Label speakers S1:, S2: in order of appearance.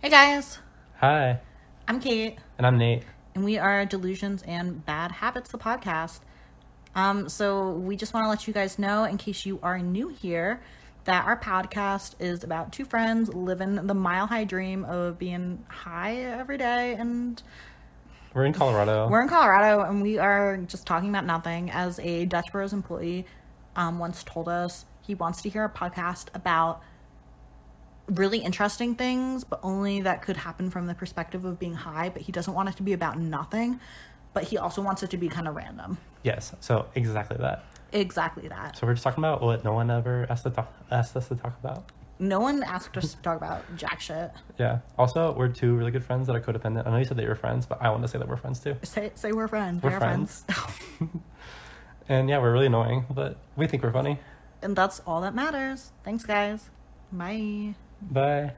S1: Hey guys,
S2: Hi,
S1: I'm Kate,
S2: and I'm Nate.
S1: and we are Delusions and Bad Habits, the podcast. Um, so we just want to let you guys know, in case you are new here, that our podcast is about two friends living the mile high dream of being high every day, and
S2: We're in Colorado.
S1: we're in Colorado, and we are just talking about nothing. As a Dutch Bros employee, um, once told us he wants to hear a podcast about really interesting things, but only that could happen from the perspective of being high, but he doesn't want it to be about nothing, but he also wants it to be kind of random.
S2: yes, so exactly that.
S1: Exactly that.
S2: So we're just talking about what no one ever asked, to talk, asked us to talk about.
S1: No one asked us to talk about jack shit.
S2: Yeah. Also, we're two really good friends that are codependent. I know you said that you're friends, but I want to say that we're friends too.
S1: Say, say we're friends.
S2: We're And yeah, we're really annoying, but we think we're funny.
S1: and that's all that matters. Thanks, guys. Bye.
S2: Bye.